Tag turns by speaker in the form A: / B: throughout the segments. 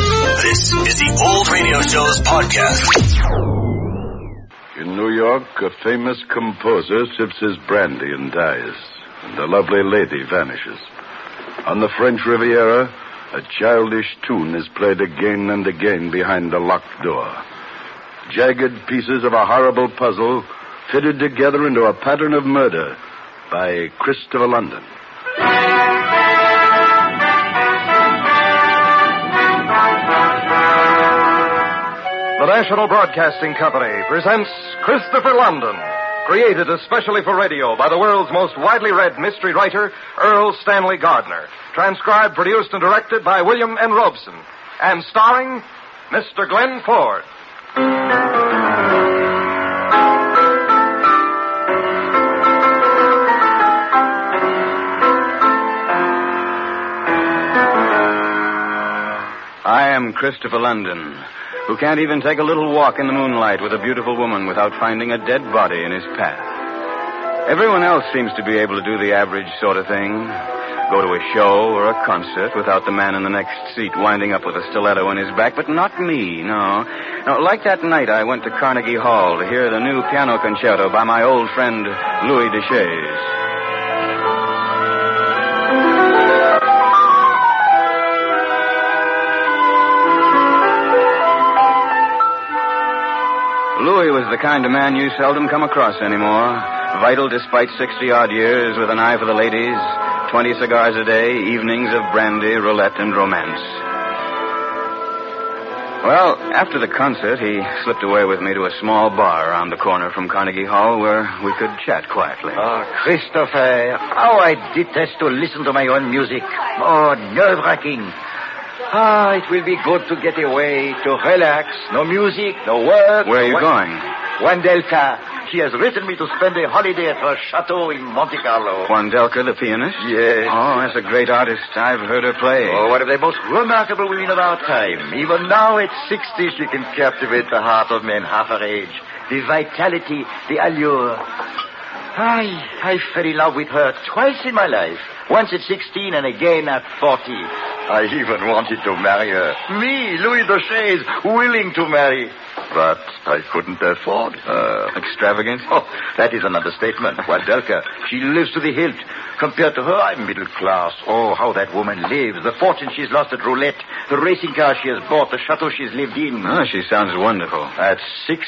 A: This is the Old Radio Show's podcast.
B: In New York, a famous composer sips his brandy and dies, and a lovely lady vanishes. On the French Riviera, a childish tune is played again and again behind a locked door. Jagged pieces of a horrible puzzle fitted together into a pattern of murder by Christopher London.
C: The National Broadcasting Company presents Christopher London, created especially for radio by the world's most widely read mystery writer, Earl Stanley Gardner. Transcribed, produced, and directed by William N. Robeson. And starring Mr. Glenn Ford.
D: I am Christopher London, who can't even take a little walk in the moonlight with a beautiful woman without finding a dead body in his path. Everyone else seems to be able to do the average sort of thing go to a show or a concert without the man in the next seat winding up with a stiletto in his back, but not me, no. no like that night I went to Carnegie Hall to hear the new piano concerto by my old friend Louis Deschaise. Louis was the kind of man you seldom come across anymore. Vital despite 60 odd years, with an eye for the ladies, 20 cigars a day, evenings of brandy, roulette, and romance. Well, after the concert, he slipped away with me to a small bar around the corner from Carnegie Hall where we could chat quietly.
E: Oh, Christopher, how I detest to listen to my own music. Oh, nerve wracking. Ah, it will be good to get away, to relax. No music, no work.
D: Where are you
E: Wan-
D: going?
E: Wandelka. She has written me to spend a holiday at her chateau in Monte Carlo.
D: Wandelka, the pianist?
E: Yes.
D: Oh, that's a great artist. I've heard her play.
E: Oh, one of the most remarkable women of our time. Even now at 60, she can captivate the heart of men half her age. The vitality, the allure. I, I fell in love with her twice in my life. Once at 16 and again at 40. I even wanted to marry her. Me, Louis Dochais, willing to marry. But I couldn't afford her.
D: Extravagant?
E: Oh, that is an understatement. Wadelka, she lives to the hilt. Compared to her, I'm middle class. Oh, how that woman lives. The fortune she's lost at roulette, the racing car she has bought, the chateau Ah, she's lived in.
D: Oh, she sounds wonderful.
E: At 60,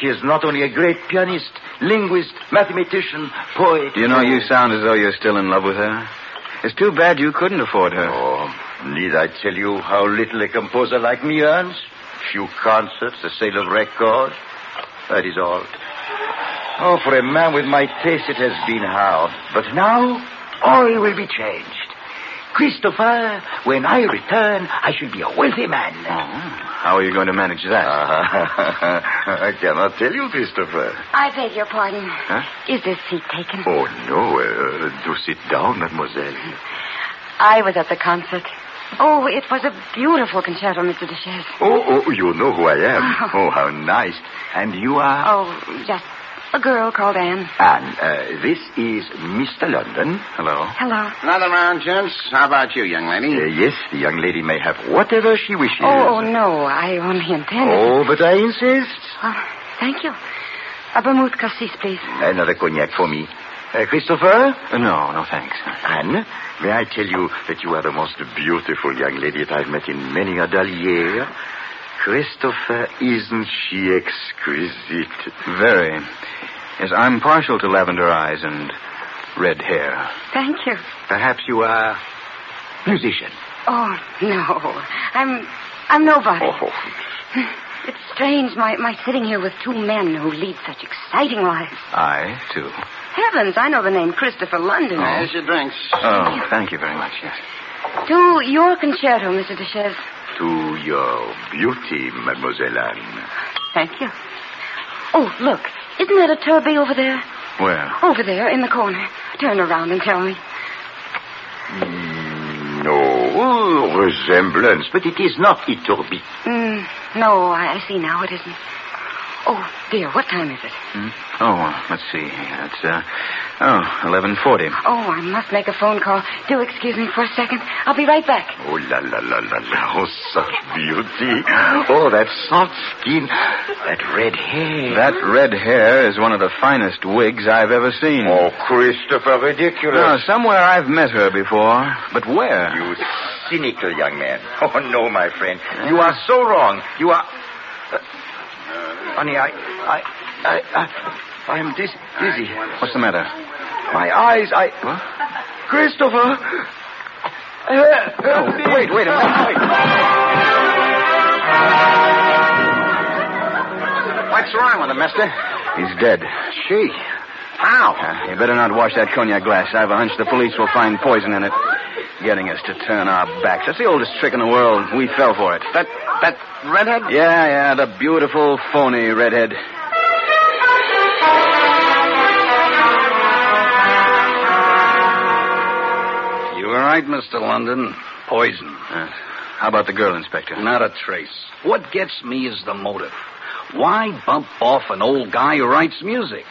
E: she is not only a great pianist, linguist, mathematician, poet.
D: You know, you sound as though you're still in love with her. It's too bad you couldn't afford her.
E: Oh, need I tell you how little a composer like me earns? Few concerts, the sale of records. That is all. Oh, for a man with my taste, it has been hard. But now, all will be changed. Christopher, when I return, I shall be a wealthy man.
D: How are you going to manage that?
E: Uh-huh. I cannot tell you, Christopher.
F: I beg your pardon.
D: Huh?
F: Is this seat taken?
E: Oh, no. Uh, do sit down, mademoiselle.
F: I was at the concert. Oh, it was a beautiful concerto, Mr. Duchesse.
E: Oh, oh, you know who I am. Oh, how nice. And you are?
F: Oh, yes. A girl called Anne.
E: And uh, this is Mr. London. Hello.
F: Hello.
G: Another round, gents. How about you, young lady?
E: Uh, yes, the young lady may have whatever she wishes.
F: Oh, oh, no. I only intended.
E: Oh, but I insist.
F: Oh, thank you. A vermouth cassis, please.
E: Another cognac Eh, for me. Uh, Christopher?
D: Uh, No, no, thanks.
E: Anne, may I tell you that you are the most beautiful young lady that I've met in many a dahlier? Christopher, isn't she exquisite?
D: Very. Yes, I'm partial to lavender eyes and red hair.
F: Thank you.
E: Perhaps you are musician.
F: Oh, no. I'm. I'm nobody.
E: Oh,
F: It's strange, my, my sitting here with two men who lead such exciting lives.
D: I, too.
F: Heavens, I know the name Christopher London.
G: There's your drinks.
D: Oh, thank you very much, yes.
F: To your concerto, Mr. Duchesse.
E: to your beauty, Mademoiselle Anne.
F: Thank you. Oh, look. Isn't that a turby over there?
D: Where?
F: Over there in the corner. Turn around and tell me.
D: Mm,
E: No resemblance, but it is not Iturbi.
F: Mm, no, I, I see now it isn't. Oh, dear, what time is it?
D: Hmm? Oh, uh, let's see. It's, uh, oh, 1140.
F: Oh, I must make a phone call. Do excuse me for a second. I'll be right back.
E: Oh, la, la, la, la, la. Oh, such beauty. Oh, that soft skin. That red hair.
D: That red hair is one of the finest wigs I've ever seen.
E: Oh,
D: Now,
E: Christopher, ridiculous.
D: somewhere I've met her before, but where?
E: You cynical young man. Oh, no, my friend. You are so wrong. You are. Uh, honey, I. I. I. I, I am dis- dizzy.
D: What's the matter?
E: My eyes, I. Christopher! Help, help me.
D: Oh, Wait, wait a minute. Wait. What's wrong with him, mister? He's dead. She? How? you better not wash that cognac glass. I have a hunch the police will find poison in it. Getting us to turn our backs. That's the oldest trick in the world. We fell for it. That, that redhead? Yeah, yeah, the beautiful, phony redhead.
H: You were right, Mr. London. Poison.
D: Uh, how about the girl, Inspector?
H: Not a trace. What gets me is the motive. Why bump off an old guy who writes music?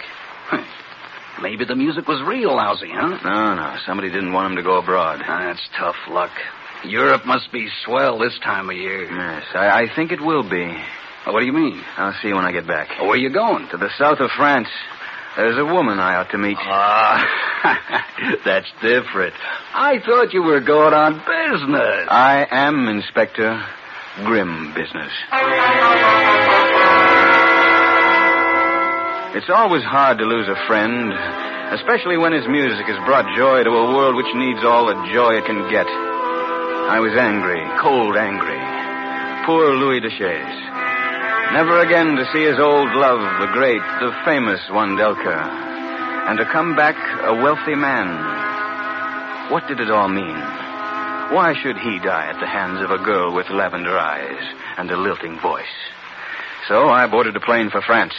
H: Maybe the music was real lousy, huh? Ah,
D: No, no. Somebody didn't want him to go abroad.
H: That's tough luck. Europe must be swell this time of year.
D: Yes, I, I think it will be.
H: What do you mean?
D: I'll see you when I get back.
H: Where you going?
D: To the south of France. There's a woman I ought to meet.
H: Ah, that's different. I thought you were going on business.
D: I am Inspector Grim Business. It's always hard to lose a friend, especially when his music has brought joy to a world which needs all the joy it can get. I was angry, cold angry. Poor Louis Duchesne. Never again to see his old love, the great, the famous Wandelka, and to come back a wealthy man. What did it all mean? Why should he die at the hands of a girl with lavender eyes and a lilting voice? So I boarded a plane for France.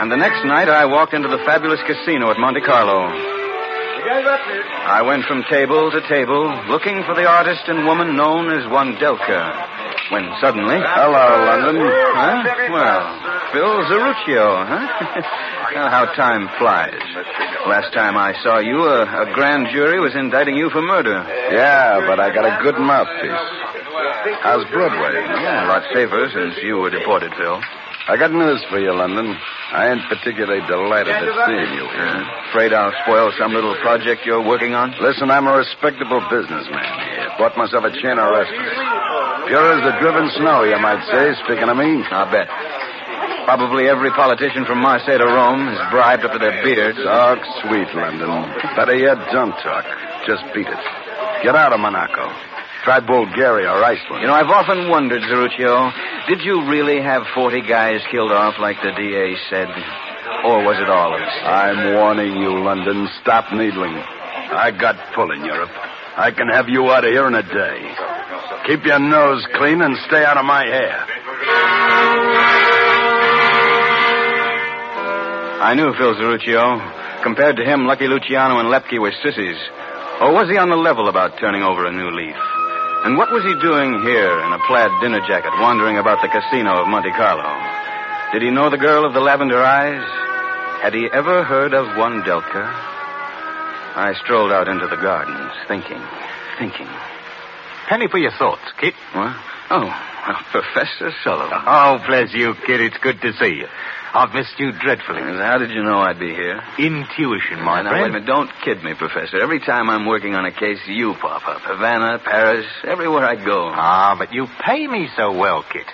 D: And the next night I walked into the fabulous casino at Monte Carlo. I went from table to table, looking for the artist and woman known as Wandelka. When suddenly. Hello, London. Huh? Well, Phil Zeruccio, huh? Well, how time flies. Last time I saw you, a, a grand jury was indicting you for murder.
I: Yeah, but I got a good mouthpiece. How's Broadway?
D: Yeah, a lot safer since you were deported, Phil.
I: I got news for you, London. I ain't particularly delighted at seeing you here.
D: Afraid I'll spoil some little project you're working on?
I: Listen, I'm a respectable businessman here. Bought myself a chain of restaurants. Pure as the driven snow, you might say, speaking of me.
D: I bet. Probably every politician from Marseille to Rome is bribed up to their beards.
I: Talk sweet, London. Better yet, don't talk. Just beat it. Get out of Monaco. Try Bulgaria or Iceland.
D: You know, I've often wondered, Zeruccio, did you really have 40 guys killed off like the DA said? Or was it all of us?
I: I'm warning you, London. Stop needling. I got pull in Europe. I can have you out of here in a day. Keep your nose clean and stay out of my hair.
D: I knew Phil Zeruccio. Compared to him, Lucky Luciano and Lepke were sissies. Or was he on the level about turning over a new leaf? And what was he doing here in a plaid dinner jacket, wandering about the casino of Monte Carlo? Did he know the girl of the lavender eyes? Had he ever heard of Wandelka? I strolled out into the gardens, thinking, thinking.
E: Penny for your thoughts, Kit.
D: What? Oh, well, Professor Sullivan.
E: Oh, bless you, Kit. It's good to see you. I've missed you dreadfully.
D: How did you know I'd be here?
E: Intuition, my
D: now, wait a
E: friend.
D: minute. Don't kid me, Professor. Every time I'm working on a case, you pop up. Havana, Paris, everywhere I go.
E: Ah, but you pay me so well, Kit.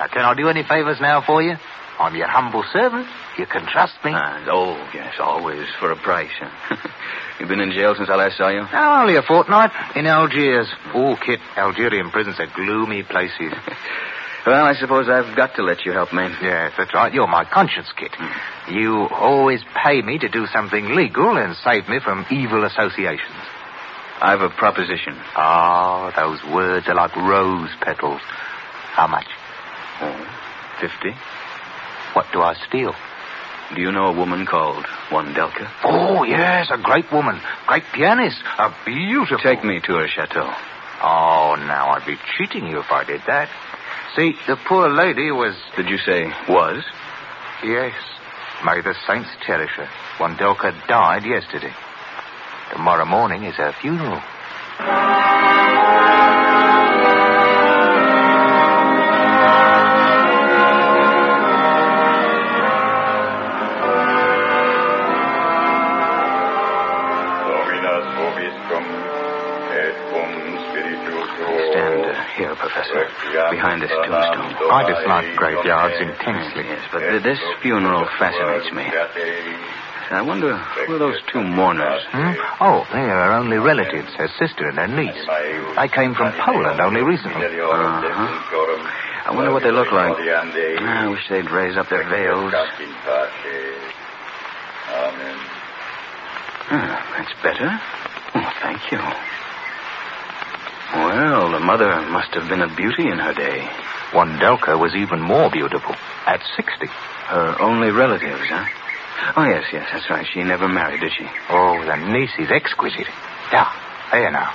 E: Now, can I do any favors now for you? I'm your humble servant. You can trust me.
D: Ah, oh, yes, always for a price. Huh? You've been in jail since I last saw you?
E: Now, only a fortnight in Algiers. Oh, Kit, Algerian prisons are gloomy places.
D: Well, I suppose I've got to let you help me.
E: yes, that's right. You're my conscience, Kit.
D: Hmm.
E: You always pay me to do something legal and save me from evil associations.
D: I've a proposition.
E: Ah, those words are like rose petals. How much?
D: Oh, Fifty?
E: What do I steal?
D: Do you know a woman called Wandelka?
E: Oh, yes, a great woman. Great pianist. A beautiful.
D: Take me to her chateau.
E: Oh, now I'd be cheating you if I did that. See, the poor lady was.
D: Did you say was?
E: Yes. May the saints cherish her. Wondelka died yesterday. Tomorrow morning is her funeral.
D: Stand uh, here, Professor, behind this tombstone.
E: I dislike graveyards intensely.
D: Yes, but th- this funeral Oh, fascinates me. I wonder who are those two mourners?
E: Hmm? Oh, they are her only relatives, her sister and her niece. They came from Poland only recently.
D: Uh-huh. I wonder what they look like. Ah, I wish they'd raise up their veils. Ah, that's better. Oh, thank you. Well, the mother must have been a beauty in her day.
E: Wandelka was even more beautiful at 60.
D: Her only relatives, huh? Oh, yes, yes, that's right. She never married, did she?
E: Oh, the niece is exquisite. Yeah, there now.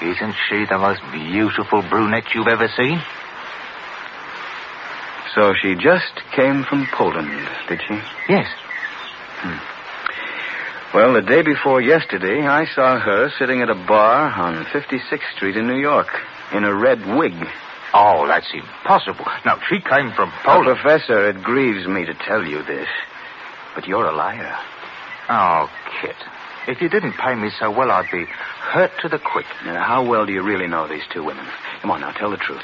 E: Isn't she the most beautiful brunette you've ever seen?
D: So she just came from Poland, did she?
E: Yes.
D: Hmm. Well, the day before yesterday, I saw her sitting at a bar on 56th Street in New York in a red wig.
E: Oh, that's impossible. Now, she came from Poland.
D: Oh, Professor, it grieves me to tell you this, but you're a liar.
E: Oh, Kit. If you didn't pay me so well, I'd be hurt to the quick.
D: Now, how well do you really know these two women? Come on, now, tell the truth.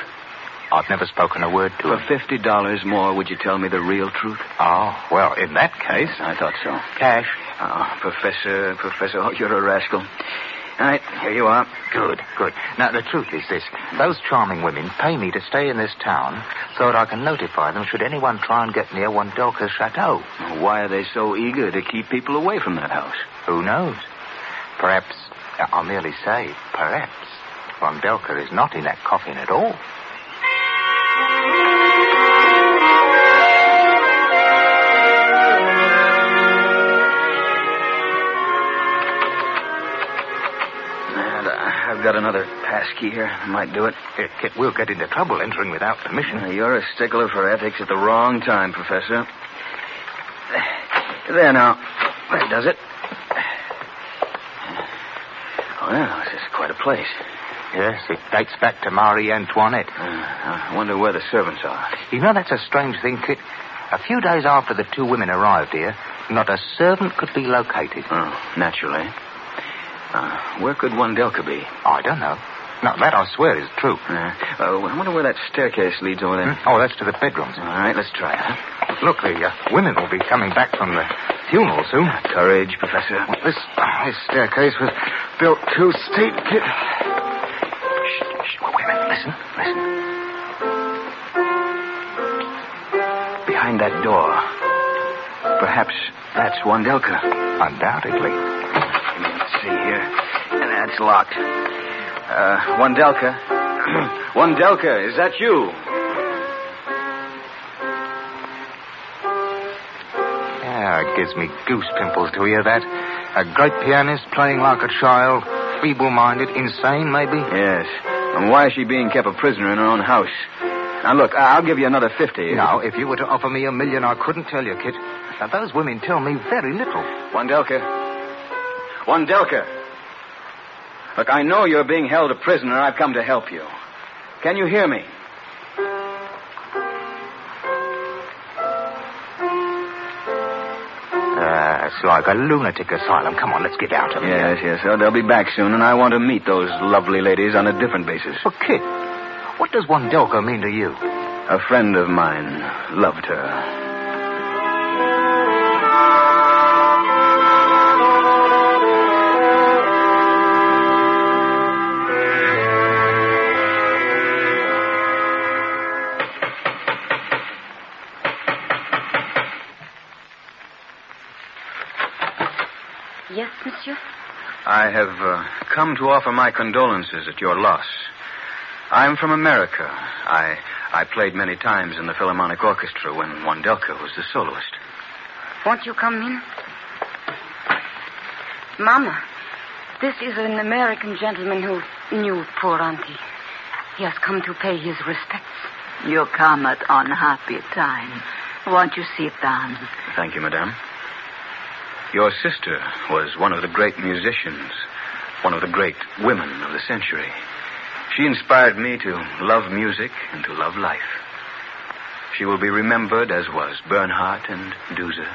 E: I've never spoken a word to
D: For fifty dollars more, would you tell me the real truth?
E: Oh, well, in that case.
D: Yes, I thought so.
E: Cash.
D: Oh, Professor, Professor, oh, you're a rascal. All right, here you are.
E: Good, good. Now, the truth is this. Those charming women pay me to stay in this town so that I can notify them should anyone try and get near Wondolka's chateau.
D: Why are they so eager to keep people away from that house?
E: Who knows? Perhaps, uh, I'll merely say, perhaps, Wondelka is not in that coffin at all.
D: And uh, I've got another passkey here. Might do it.
E: Here, Kit, we'll get into trouble entering without permission.
D: Now, You're a stickler for ethics at the wrong time, Professor. There now. That does it. Well, Oh, this is quite a place.
E: Yes, it dates back to Marie Antoinette.
D: Uh, I wonder where the servants are.
E: You know, that's a strange thing, Kit. A few days after the two women arrived here, not a servant could be located.
D: Oh, naturally. Uh, where could Wandelka be?
E: I don't know. Now, that I swear is true.
D: Uh, oh, I wonder where that staircase leads over there.
E: Oh, that's to the bedrooms.
D: All right, let's try it.
E: Look, the uh, women will be coming back from the funeral soon.
D: Courage, Professor.
E: Well, This, this staircase was built too steep, Kit. Shh, shh, wait a minute. Listen, listen.
D: Behind that door. Perhaps that's Wandelka.
E: Undoubtedly.
D: Let's see here. And that's locked. Uh, Wandelka. Wandelka, is that you?
E: Yeah, it gives me goose pimples to hear that. A great pianist playing like a child, feeble-minded, insane, maybe.
D: Yes. And why is she being kept a prisoner in her own house? Now, look, I- I'll give you another 50.
E: Now, if you were to offer me a million, I couldn't tell you, Kit. Now, those women tell me very little.
D: Wandelka. Wandelka. Look, I know you're being held a prisoner. I've come to help you. Can you hear me?
E: Uh, it's like a lunatic asylum. Come on, let's get out of here.
D: Yes, yes. Oh, they'll be back soon, and I want to meet those lovely ladies on a different basis.
E: But, Kit, what does Wondelka mean to you?
D: A friend of mine loved her.
J: Yes, monsieur?
D: I have uh, come to offer my condolences at your loss. I'm from America. I I played many times in the Philharmonic Orchestra when Wandelka was the soloist.
J: Won't you come in? Mama, this is an American gentleman who
F: knew poor auntie. He has come to pay his respects.
K: You come at unhappy time. Won't you sit down?
D: Thank you, madame. Your sister was one of the great musicians, one of the great women of the century. She inspired me to love music and to love life. She will be remembered as was Bernhardt and Duser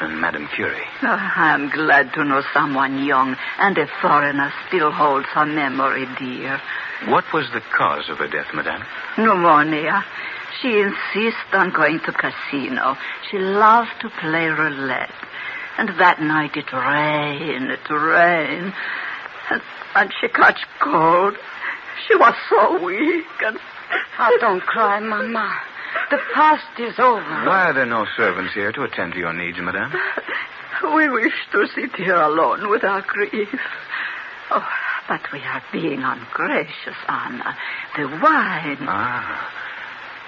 D: and Madame Curie.
K: Oh, I'm glad to know someone young and a foreigner still holds her memory dear.
D: What was the cause of her death, madame?
K: Pneumonia. She insists on going to casino. She loved to play roulette. And that night it rained, it rained. And, and she caught cold. She was so weak and...
F: Oh, don't cry, Mama. The past is over.
D: Why are there no servants here to attend to your needs, madame?
K: We wish to sit here alone with our grief. Oh, but we are being ungracious, Anna. The wine.
D: Ah,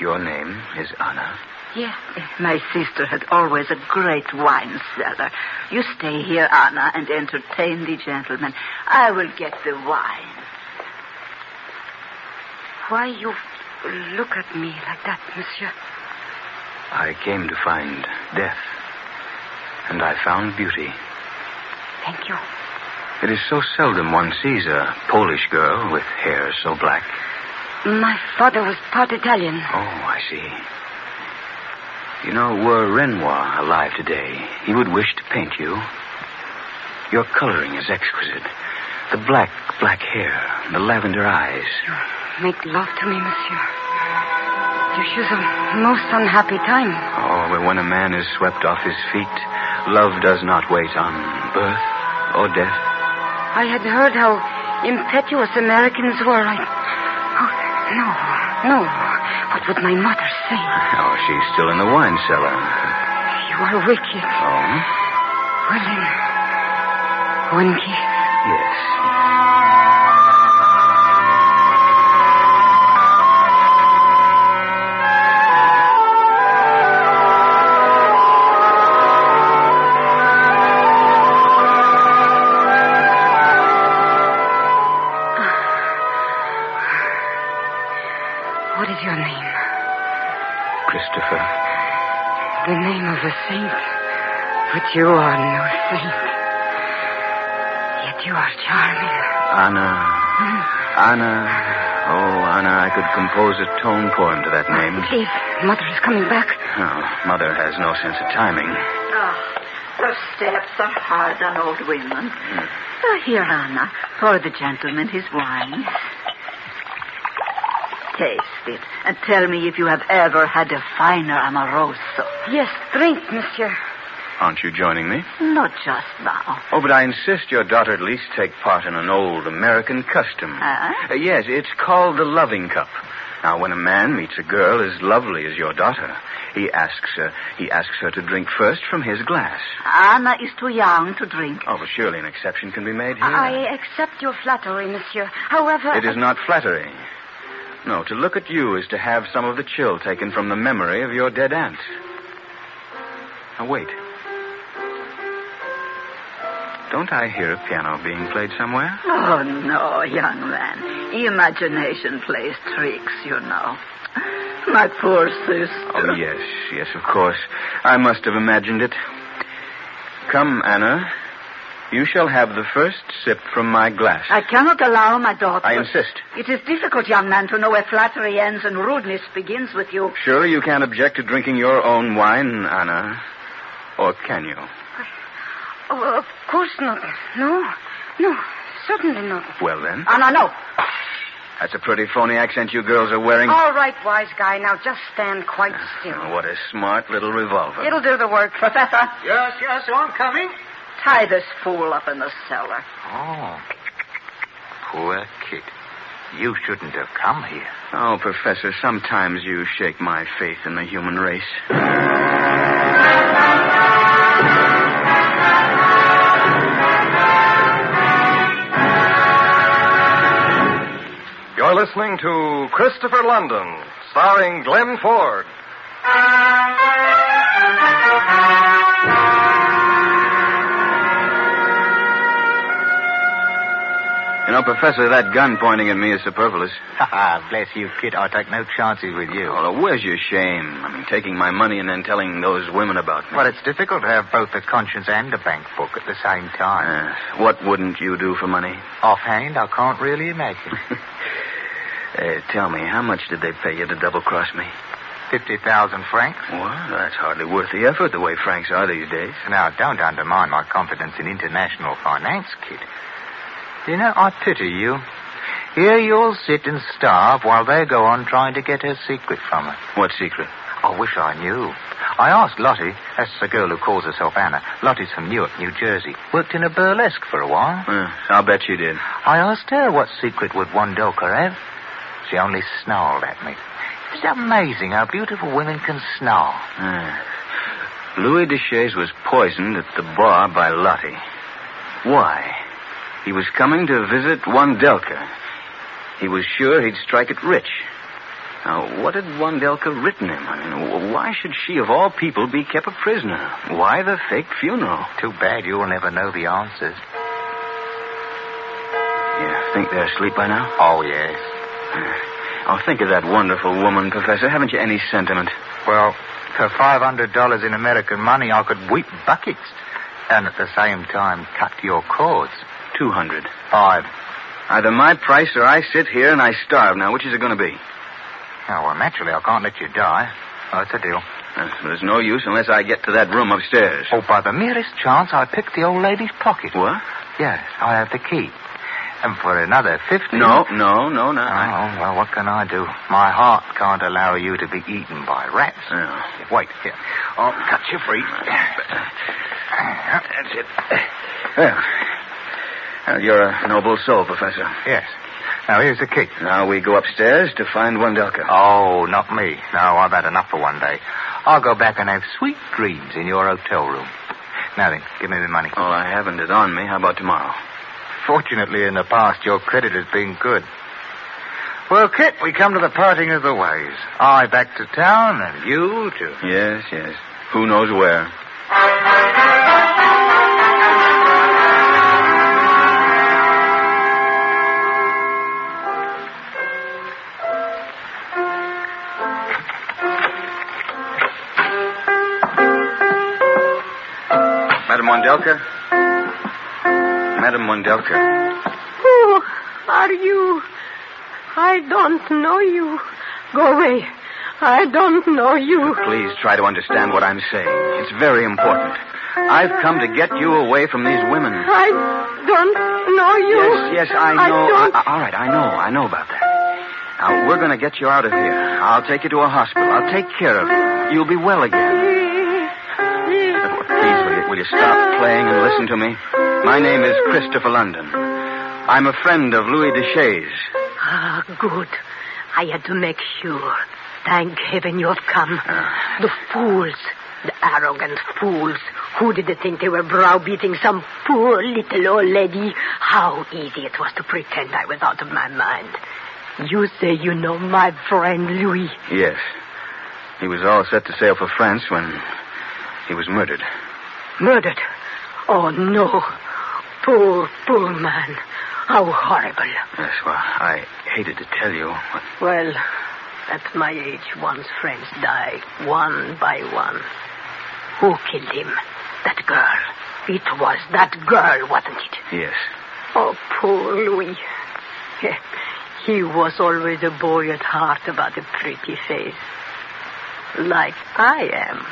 D: your name is Anna.
K: Yes, my sister had always a great wine cellar. You stay here, Anna, and entertain the gentlemen. I will get the wine.
F: Why you look at me like that, monsieur.
D: I came to find death, and I found beauty.
F: Thank you.
D: It is so seldom one sees a Polish girl with hair so black.
F: My father was part Italian. Oh,
D: I see. You know, were Renoir alive today, he would wish to paint you. Your coloring is exquisite. The black, black hair, the lavender eyes.
F: You make love to me, monsieur. You choose a most unhappy time.
D: Oh, but when a man is swept off his feet, love does not wait on birth or death.
F: I had heard how impetuous Americans were. I... Oh, no, no. What would my mother say?
D: Oh, she's still in the wine cellar.
F: You are wicked.
D: Oh?
F: Well, then, one kiss.
D: Yes.
F: the name of a saint, but you are no saint. Yet you are charming.
D: Anna. Mm. Anna. Oh, Anna, I could compose a tone poem to that name.
F: Please, Mother is coming back.
D: Oh, Mother has no sense of timing.
K: Oh, those steps are hard on old women. Mm. Oh, here, Anna, pour the gentleman his wine taste it and tell me if you have ever had a finer amoroso.
F: Yes, drink, monsieur.
D: Aren't you joining me?
K: Not just now.
D: Oh, but I insist your daughter at least take part in an old American custom.
K: Huh?
D: Uh, yes, it's called the loving cup. Now, when a man meets a girl as lovely as your daughter, he asks her, he asks her to drink first from his glass.
K: Anna is too young to drink.
D: Oh, but surely an exception can be made here.
F: I accept your flattery, monsieur. However,
D: it is not flattery. No, to look at you is to have some of the chill taken from the memory of your dead aunt. Now, wait. Don't I hear a piano being played somewhere?
K: Oh, no, young man. Imagination plays tricks, you know. My poor sister.
D: Oh, yes, yes, of course. I must have imagined it. Come, Anna. You shall have the first sip from my glass.
K: I cannot allow my daughter.
D: I insist.
K: It is difficult, young man, to know where flattery ends and rudeness begins with you.
D: Surely you can't object to drinking your own wine, Anna. Or can you?
F: Oh, of course not. No. No, certainly not.
D: Well, then.
F: Anna, no.
D: That's a pretty phony accent you girls are wearing.
F: All right, wise guy. Now just stand quite still.
D: Oh, what a smart little revolver.
F: It'll do the work.
K: Professor?
L: Yes, yes, I'm coming
K: tie this fool up in the cellar.
M: Oh. Poor kid. You shouldn't have come here.
D: Oh, Professor, sometimes you shake my faith in the human race.
E: You're listening to Christopher London, starring Glenn Ford.
D: You know, Professor, that gun pointing at me is superfluous.
E: Ha ha, bless you, kid. I take no chances with you.
D: Oh, now, where's your shame? I mean, taking my money and then telling those women about me.
E: Well, it's difficult to have both a conscience and a bank book at the same time.
D: Uh, what wouldn't you do for money?
E: Offhand, I can't really imagine.
D: uh, tell me, how much did they pay you to double cross me?
E: 50,000 francs.
D: Well, that's hardly worth the effort the way francs are these days.
E: Now, don't undermine my confidence in international finance, kid. You know, I pity you. Here you'll sit and starve while they go on trying to get a secret from her.
D: What secret?
E: I wish I knew. I asked Lottie, that's the girl who calls herself Anna. Lottie's from Newark, New Jersey. Worked in a burlesque for a while.
D: Uh, I'll bet she did.
E: I asked her what secret would Wondoka have. She only snarled at me. It's amazing how beautiful women can snarl.
D: Uh, Louis Deschaise was poisoned at the bar by Lottie. Why? He was coming to visit Wandelka. He was sure he'd strike it rich. Now, what had Wandelka written him? I mean, why should she, of all people, be kept a prisoner? Why the fake funeral?
E: Too bad you'll never know the answers.
D: You think they're asleep by now?
E: Oh, yes.
D: Oh, think of that wonderful woman, Professor. Haven't you any sentiment?
E: Well, for $500 in American money, I could weep buckets and at the same time cut your cords.
D: Two hundred.
E: Five.
D: Either my price or I sit here and I starve. Now, which is it going to be?
E: Oh, well, naturally, I can't let you die. Oh, it's a deal.
D: Uh, there's no use unless I get to that room upstairs.
E: Oh, by the merest chance, I picked the old lady's pocket.
D: What?
E: Yes, I have the key. And for another fifty.
D: No, no, no, no.
E: Oh, well, what can I do? My heart can't allow you to be eaten by rats.
D: Oh.
E: Wait, here. I'll cut you free.
D: That's it. Well, well, you're a noble soul, Professor.
E: Yes. Now, here's the key.
D: Now we go upstairs to find Wendelka.
E: Oh, not me. No, I've had enough for one day. I'll go back and have sweet dreams in your hotel room. Now then, give me the money.
D: Oh, I haven't it on me. How about tomorrow?
E: Fortunately, in the past, your credit has been good. Well, Kit, we come to the parting of the ways. I back to town, and you too.
D: Yes, yes. Who knows where? Mondelka? Madame Mondelka.
F: Who Oh, are you? I don't know you. Go away. I don't know you.
D: Please try to understand what I'm saying. It's very important. I've come to get you away from these women.
F: I don't know you.
D: Yes, yes, I know. I don't... I, all right, I know. I know about that. Now, we're going to get you out of here. I'll take you to a hospital. I'll take care of you. You'll be well again. Will you stop playing and listen to me? My name is Christopher London. I'm a friend of Louis Deschaise.
F: Ah, good. I had to make sure. Thank heaven you have come. Ah. The fools, the arrogant fools. Who did they think they were browbeating some poor little old lady? How easy it was to pretend I was out of my mind. You say you know my friend Louis.
D: Yes. He was all set to sail for France when he was murdered.
F: Murdered? Oh, no. Poor, poor man. How horrible.
D: Yes, well, I hated to tell you. But...
F: Well, at my age, one's friends die one by one. Who killed him? That girl. It was that girl, wasn't it?
D: Yes.
F: Oh, poor Louis. He was always a boy at heart about a pretty face. Like I am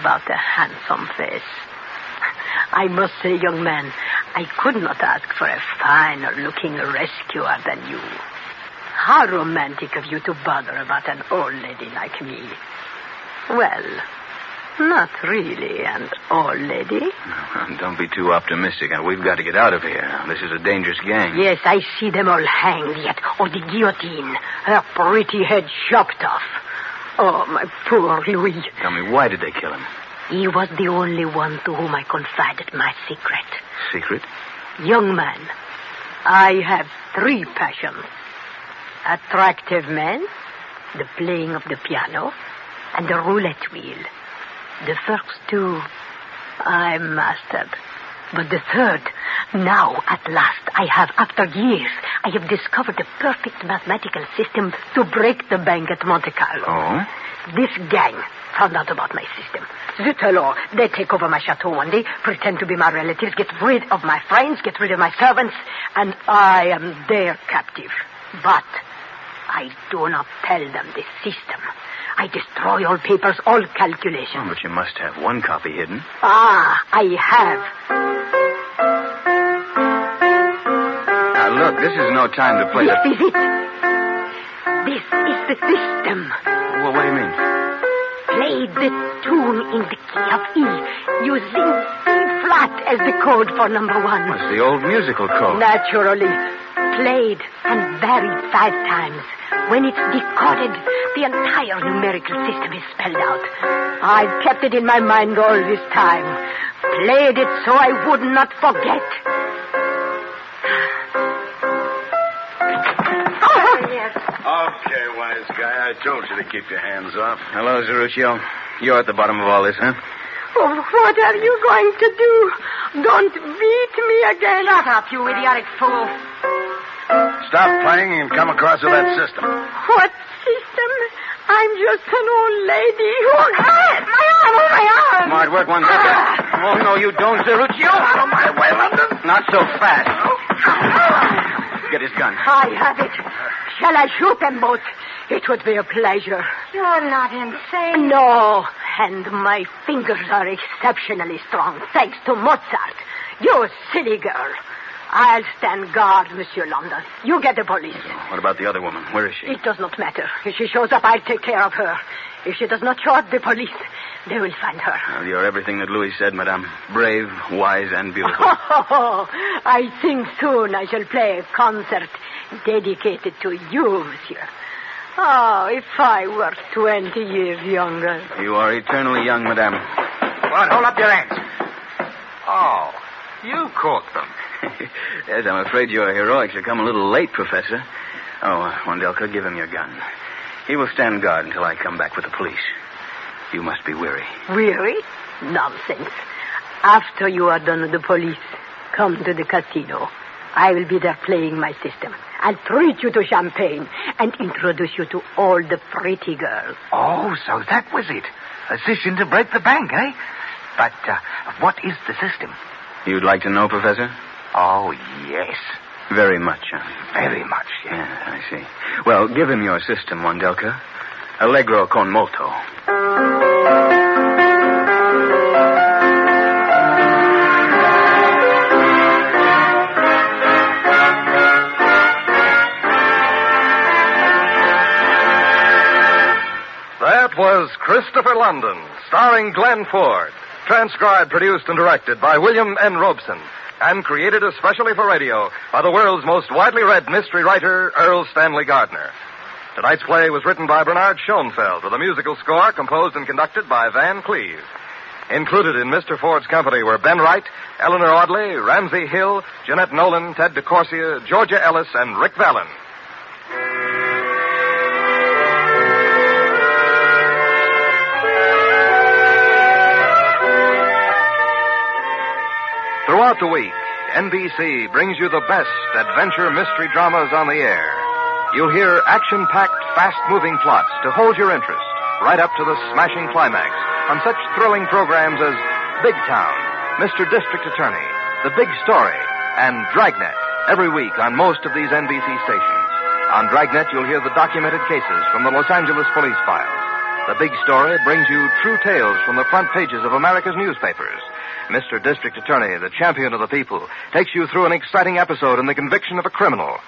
F: about a handsome face. I must say, young man, I could not ask for a finer looking rescuer than you. How romantic of you to bother about an old lady like me. Well, not really an old lady.
D: Well, don't be too optimistic. We've got to get out of here. This is a dangerous gang.
F: Yes, I see them all hanged yet, or the guillotine, her pretty head chopped off. Oh, my poor Louis.
D: Tell me, why did they kill him?
F: He was the only one to whom I confided my secret.
D: Secret?
F: Young man, I have three passions attractive men, the playing of the piano, and the roulette wheel. The first two I mastered. But the third, now at last, I have, after years, I have discovered the perfect mathematical system to break the bank at Monte Carlo.
D: Oh?
F: This gang found out about my system. Zut alors, they take over my chateau one day, pretend to be my relatives, get rid of my friends, get rid of my servants, and I am their captive. But I do not tell them this system. I destroy all papers, all calculations.
D: Oh, but you must have one copy hidden.
F: Ah, I have.
D: Now, look, this is no time to play.
F: This
D: the-
F: is it. This is the system.
D: Well, what do you mean?
F: Play the tune in the key of E, using E flat as the chord for number one.
D: It's the old musical code.
F: Naturally. Played and varied five times. When it's decoded, the entire numerical system is spelled out. I've kept it in my mind all this time. Played it so I would not forget. Oh, yes.
B: Okay, wise guy. I told you to keep your hands off.
D: Hello, Zeruccio. You're at the bottom of all this, huh?
F: Oh, what are you going to do? Don't beat me again.
J: Shut up, you idiotic fool.
B: Stop playing and come across with that system.
F: Uh, What system? I'm just an old lady who. Ah, my arm! Oh, my arm!
D: Smart work, one second. Oh, no, you don't, Zeruccio.
B: Out of my way, London.
D: Not so fast. Get his gun.
F: I have it. Shall I shoot them both? It would be a pleasure.
J: You're not insane.
F: No, and my fingers are exceptionally strong, thanks to Mozart. You silly girl. I'll stand guard, Monsieur London. You get the police.
D: What about the other woman? Where is she?
F: It does not matter. If she shows up, I'll take care of her. If she does not show up, the police, they will find her.
D: Well, you're everything that Louis said, madame. Brave, wise, and beautiful.
F: Oh, I think soon I shall play a concert dedicated to you, monsieur. Oh, if I were 20 years younger.
D: You are eternally young, madame.
E: Well, hold up your hands. Oh, you caught them.
D: yes, I'm afraid your heroics have come a little late, Professor. Oh, Wandelka, give him your gun. He will stand guard until I come back with the police. You must be weary.
F: Weary? Nonsense. After you are done with the police, come to the casino. I will be there playing my system. I'll treat you to champagne and introduce you to all the pretty girls.
E: Oh, so that was it. A system to break the bank, eh? But uh, what is the system?
D: You'd like to know, Professor?
E: Oh, yes.
D: Very much, huh?
E: Very much, yes.
D: Yeah, I see. Well, give him your system, Wandelka. Allegro con molto.
C: That was Christopher London, starring Glenn Ford. Transcribed, produced, and directed by William N. Robeson. And created especially for radio by the world's most widely read mystery writer, Earl Stanley Gardner. Tonight's play was written by Bernard Schoenfeld with a musical score composed and conducted by Van Cleve. Included in Mr. Ford's company were Ben Wright, Eleanor Audley, Ramsey Hill, Jeanette Nolan, Ted DeCorsia, Georgia Ellis, and Rick Vallon. Throughout the week, NBC brings you the best adventure mystery dramas on the air. You'll hear action packed, fast moving plots to hold your interest right up to the smashing climax on such thrilling programs as Big Town, Mr. District Attorney, The Big Story, and Dragnet every week on most of these NBC stations. On Dragnet, you'll hear the documented cases from the Los Angeles police files. The Big Story brings you true tales from the front pages of America's newspapers. Mr. District Attorney, the champion of the people, takes you through an exciting episode in the conviction of a criminal.